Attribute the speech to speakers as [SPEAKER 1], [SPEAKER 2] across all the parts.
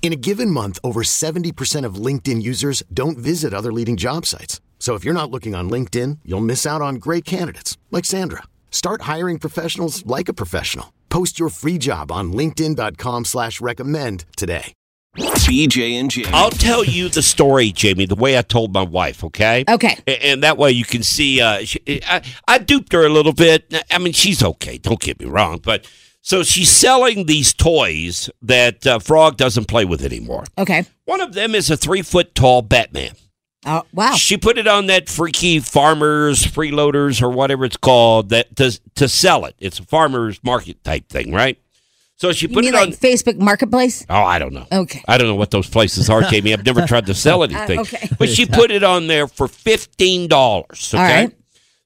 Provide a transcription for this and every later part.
[SPEAKER 1] In a given month, over 70% of LinkedIn users don't visit other leading job sites. So if you're not looking on LinkedIn, you'll miss out on great candidates like Sandra. Start hiring professionals like a professional. Post your free job on linkedin.com slash recommend today.
[SPEAKER 2] BJ and Jamie.
[SPEAKER 3] I'll tell you the story, Jamie, the way I told my wife, okay?
[SPEAKER 4] Okay.
[SPEAKER 3] A- And that way you can see, uh, she, I, I duped her a little bit. I mean, she's okay, don't get me wrong. But so she's selling these toys that uh, Frog doesn't play with anymore.
[SPEAKER 4] Okay.
[SPEAKER 3] One of them is a three foot tall Batman.
[SPEAKER 4] Oh, wow.
[SPEAKER 3] She put it on that freaky farmers, freeloaders, or whatever it's called that to, to sell it. It's a farmers market type thing, right? So she
[SPEAKER 4] You
[SPEAKER 3] put
[SPEAKER 4] mean
[SPEAKER 3] it on.
[SPEAKER 4] like Facebook Marketplace?
[SPEAKER 3] Oh, I don't know.
[SPEAKER 4] Okay.
[SPEAKER 3] I don't know what those places are, Jamie. I've never tried to sell anything.
[SPEAKER 4] okay.
[SPEAKER 3] But she put it on there for $15. Okay.
[SPEAKER 4] All right.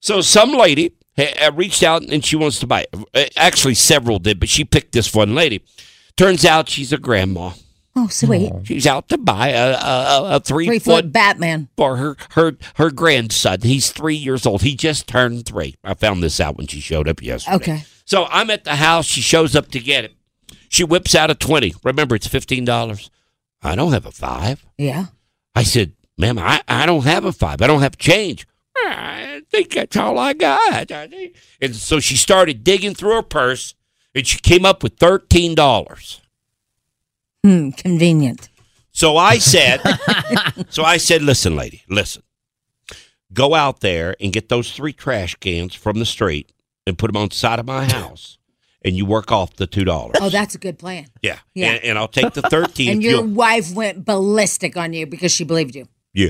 [SPEAKER 3] So some lady ha- uh, reached out and she wants to buy it. Uh, Actually, several did, but she picked this one lady. Turns out she's a grandma.
[SPEAKER 4] Oh, sweet.
[SPEAKER 3] She's out to buy a, a, a- a three,
[SPEAKER 4] Three
[SPEAKER 3] foot
[SPEAKER 4] foot Batman.
[SPEAKER 3] for her her her grandson. He's three years old. He just turned three. I found this out when she showed up yesterday.
[SPEAKER 4] Okay.
[SPEAKER 3] So I'm at the house. She shows up to get it. She whips out a twenty. Remember, it's fifteen dollars. I don't have a five.
[SPEAKER 4] Yeah.
[SPEAKER 3] I said, "Ma'am, I, I don't have a five. I don't have change." "Ah, I think that's all I got. I think- And so she started digging through her purse, and she came up with thirteen dollars.
[SPEAKER 4] Hmm. Convenient.
[SPEAKER 3] So I said, so I said, listen, lady, listen. Go out there and get those three trash cans from the street and put them on the side of my house, and you work off the two dollars.
[SPEAKER 4] Oh, that's a good plan.
[SPEAKER 3] yeah,
[SPEAKER 4] yeah.
[SPEAKER 3] And, and I'll take the thirteen.
[SPEAKER 4] And
[SPEAKER 3] if
[SPEAKER 4] your
[SPEAKER 3] you'll-
[SPEAKER 4] wife went ballistic on you because she believed you.
[SPEAKER 3] yeah,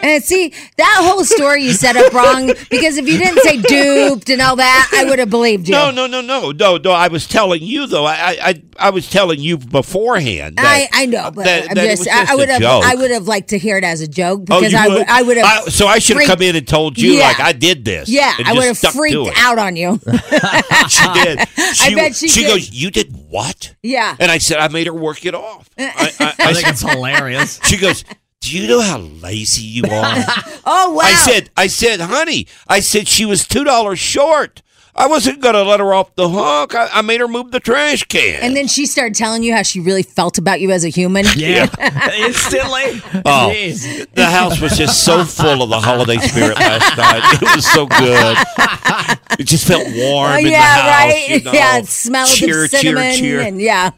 [SPEAKER 4] And see, that whole story you set up wrong because if you didn't say duped and all that, I would have believed you.
[SPEAKER 3] no, no, no, no, no, no. I was telling you though. I, I, I- I was telling you beforehand.
[SPEAKER 4] I,
[SPEAKER 3] That,
[SPEAKER 4] I know, but
[SPEAKER 3] that-
[SPEAKER 4] I'm
[SPEAKER 3] that it
[SPEAKER 4] just,
[SPEAKER 3] was
[SPEAKER 4] I, I
[SPEAKER 3] a
[SPEAKER 4] would have
[SPEAKER 3] joke.
[SPEAKER 4] I would have liked to hear it as a joke
[SPEAKER 3] Oh,
[SPEAKER 4] because
[SPEAKER 3] you
[SPEAKER 4] I would I would have
[SPEAKER 3] I- so I should have
[SPEAKER 4] freaked-
[SPEAKER 3] come in and told you
[SPEAKER 4] Yeah.
[SPEAKER 3] like I did this.
[SPEAKER 4] yeah
[SPEAKER 3] and
[SPEAKER 4] I
[SPEAKER 3] just
[SPEAKER 4] would have
[SPEAKER 3] stuck to
[SPEAKER 4] freaked
[SPEAKER 3] it.
[SPEAKER 4] out on you
[SPEAKER 3] She did. She,
[SPEAKER 4] bet she
[SPEAKER 3] She
[SPEAKER 4] did.
[SPEAKER 3] goes. You did what?
[SPEAKER 4] yeah
[SPEAKER 3] And I said, I made her work it off. I, I, I
[SPEAKER 5] I think
[SPEAKER 3] said,
[SPEAKER 5] it's hilarious.
[SPEAKER 3] she goes, Do you know how lazy you are?
[SPEAKER 4] oh wow
[SPEAKER 3] I said, I said, honey, I said she was two dollars short. I wasn't gonna let her off the hook. I, I made her move the trash can.
[SPEAKER 4] and then she started telling you how she really felt about you as a human
[SPEAKER 5] Yeah. Instantly.
[SPEAKER 3] Oh.
[SPEAKER 5] Jeez.
[SPEAKER 3] the house was just so full of the holiday spirit last night. It was so good. It just felt warm
[SPEAKER 4] Oh,
[SPEAKER 3] in the
[SPEAKER 4] yeah,
[SPEAKER 3] house.
[SPEAKER 4] right.
[SPEAKER 3] you know.
[SPEAKER 4] Yeah, it smelled
[SPEAKER 3] cheer,
[SPEAKER 4] of cinnamon
[SPEAKER 3] Cheer, cheer.
[SPEAKER 4] and yeah.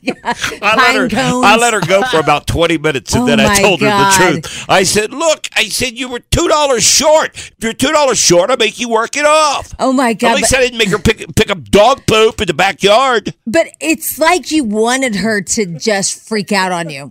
[SPEAKER 4] yeah.
[SPEAKER 3] I let, her, I let her go for about 20 minutes and
[SPEAKER 4] Oh
[SPEAKER 3] then I
[SPEAKER 4] my
[SPEAKER 3] told her the
[SPEAKER 4] God.
[SPEAKER 3] truth. I said, Look, I said, you were $2 short. If you're $2 short, I make you work it off.
[SPEAKER 4] Oh my
[SPEAKER 3] At
[SPEAKER 4] god!
[SPEAKER 3] least
[SPEAKER 4] But,
[SPEAKER 3] I didn't make her pick, pick up dog poop in the backyard.
[SPEAKER 4] but it's like you wanted her to just freak out on you.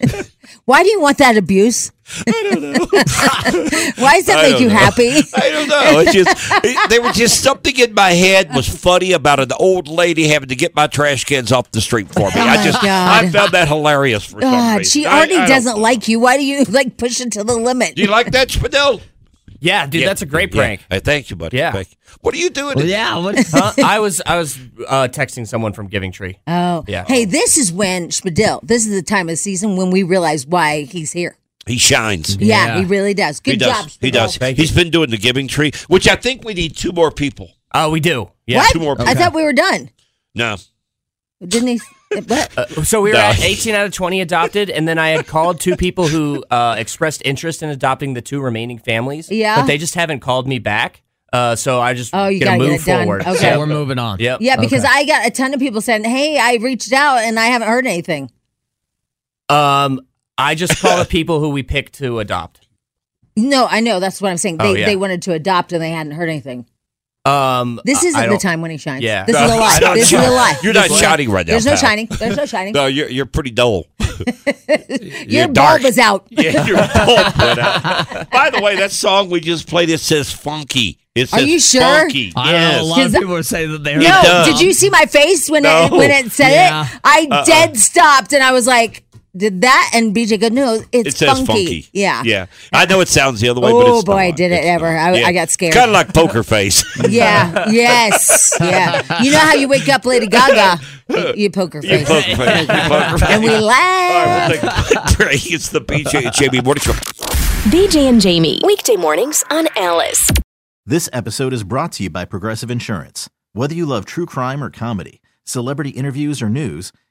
[SPEAKER 4] Why do you want that abuse? Why does that
[SPEAKER 3] I
[SPEAKER 4] make
[SPEAKER 3] don't
[SPEAKER 4] you
[SPEAKER 3] know.
[SPEAKER 4] happy?
[SPEAKER 3] I don't know. It's just, it, there was just something in my head was funny about an old lady having to get my trash cans off the street for me. I
[SPEAKER 4] Oh, my
[SPEAKER 3] just, I
[SPEAKER 4] God.
[SPEAKER 3] found that hilarious for some
[SPEAKER 4] God,
[SPEAKER 3] reason.
[SPEAKER 4] she
[SPEAKER 3] I-
[SPEAKER 4] already
[SPEAKER 3] I don't
[SPEAKER 4] doesn't
[SPEAKER 3] know.
[SPEAKER 4] like you. Why do you like push it to the limit?
[SPEAKER 3] Do you like that, Spadell?
[SPEAKER 5] Yeah, dude, that's a great
[SPEAKER 3] Yeah.
[SPEAKER 5] prank.
[SPEAKER 3] Hey, thank you, buddy.
[SPEAKER 5] Yeah.
[SPEAKER 3] Thank you. What are you doing?
[SPEAKER 5] Well, yeah. What, huh? I was I was uh, texting someone from Giving Tree.
[SPEAKER 4] oh,
[SPEAKER 5] Yeah.
[SPEAKER 4] Hey, this is when Spadil. This is the time of the season when we realize why he's here.
[SPEAKER 3] He shines.
[SPEAKER 4] Yeah,
[SPEAKER 5] Yeah.
[SPEAKER 4] he really does. Good
[SPEAKER 3] he
[SPEAKER 4] job.
[SPEAKER 3] does. He
[SPEAKER 4] Spadil.
[SPEAKER 3] does.
[SPEAKER 5] Thank
[SPEAKER 3] He's been doing the giving tree, which I think we need two more people.
[SPEAKER 5] Oh, we do. Yeah.
[SPEAKER 4] what?
[SPEAKER 3] two more
[SPEAKER 4] I
[SPEAKER 3] people.
[SPEAKER 4] thought we were done.
[SPEAKER 3] No.
[SPEAKER 4] Didn't he? What?
[SPEAKER 5] So we were
[SPEAKER 3] No.
[SPEAKER 5] at 18 out of 20 adopted, and then I had called two people who uh, expressed interest in adopting the two remaining families.
[SPEAKER 4] Yeah.
[SPEAKER 5] But they just haven't called me back. Uh, so I just
[SPEAKER 4] Oh, you
[SPEAKER 5] gotta
[SPEAKER 4] gotta get
[SPEAKER 5] move
[SPEAKER 4] it done.
[SPEAKER 5] forward.
[SPEAKER 4] Okay.
[SPEAKER 5] So-
[SPEAKER 4] Yeah.
[SPEAKER 5] Yep.
[SPEAKER 4] we're
[SPEAKER 5] moving on. Yep.
[SPEAKER 4] Yeah, because I got a ton of people saying, "Hey, I reached out and I haven't heard anything."
[SPEAKER 5] Um, I just call the people who we picked to adopt.
[SPEAKER 4] No, I know that's what I'm saying. They
[SPEAKER 5] Oh, yeah.
[SPEAKER 4] they wanted to adopt and they hadn't heard anything.
[SPEAKER 5] Um,
[SPEAKER 4] This
[SPEAKER 5] I-
[SPEAKER 4] isn't
[SPEAKER 5] I
[SPEAKER 4] the
[SPEAKER 5] don't-
[SPEAKER 4] time when he shines.
[SPEAKER 5] Yeah.
[SPEAKER 4] This is a lie.
[SPEAKER 3] Stop
[SPEAKER 4] This is a
[SPEAKER 3] shouting.
[SPEAKER 4] lie.
[SPEAKER 3] You're
[SPEAKER 4] This
[SPEAKER 3] not
[SPEAKER 4] is a lie.
[SPEAKER 3] shouting right now,
[SPEAKER 4] There's no
[SPEAKER 3] pal.
[SPEAKER 4] shining. There's no shining.
[SPEAKER 3] No, you're you're pretty dull.
[SPEAKER 4] Your
[SPEAKER 3] dark.
[SPEAKER 4] bulb is out.
[SPEAKER 3] Yeah, you're bulb went out. By the way, that song we just played it says funky. It
[SPEAKER 4] Are
[SPEAKER 3] says
[SPEAKER 4] you sure?
[SPEAKER 3] funky.
[SPEAKER 6] I
[SPEAKER 4] Yes.
[SPEAKER 6] know a lot
[SPEAKER 4] Is
[SPEAKER 6] of
[SPEAKER 4] that-
[SPEAKER 6] people were saying that they heard
[SPEAKER 3] It
[SPEAKER 4] No,
[SPEAKER 3] does.
[SPEAKER 4] did you see my face when it
[SPEAKER 3] No.
[SPEAKER 4] when it said
[SPEAKER 6] Yeah.
[SPEAKER 4] it? I dead stopped and I was like, did that? And BJ goes, no, it's
[SPEAKER 3] It says funky.
[SPEAKER 4] Yeah.
[SPEAKER 3] Yeah. I know it sounds the other way, but
[SPEAKER 4] Oh
[SPEAKER 3] it's
[SPEAKER 4] boy,
[SPEAKER 3] not.
[SPEAKER 4] did it
[SPEAKER 3] It's
[SPEAKER 4] ever.
[SPEAKER 3] not.
[SPEAKER 4] I, I got scared.
[SPEAKER 3] Kind of like poker face.
[SPEAKER 4] Yeah. Yes. Yeah. You know how you wake up Lady Gaga? You, you poker
[SPEAKER 3] you
[SPEAKER 4] face.
[SPEAKER 3] poker face. You poker face.
[SPEAKER 4] and we
[SPEAKER 3] All right,
[SPEAKER 4] laugh.
[SPEAKER 3] we'll take a quick break. It's the BJ and Jamie Morning Show.
[SPEAKER 7] BJ and Jamie. Weekday mornings on Alice.
[SPEAKER 8] This episode is brought to you by Progressive Insurance. Whether you love true crime or comedy, celebrity interviews or news,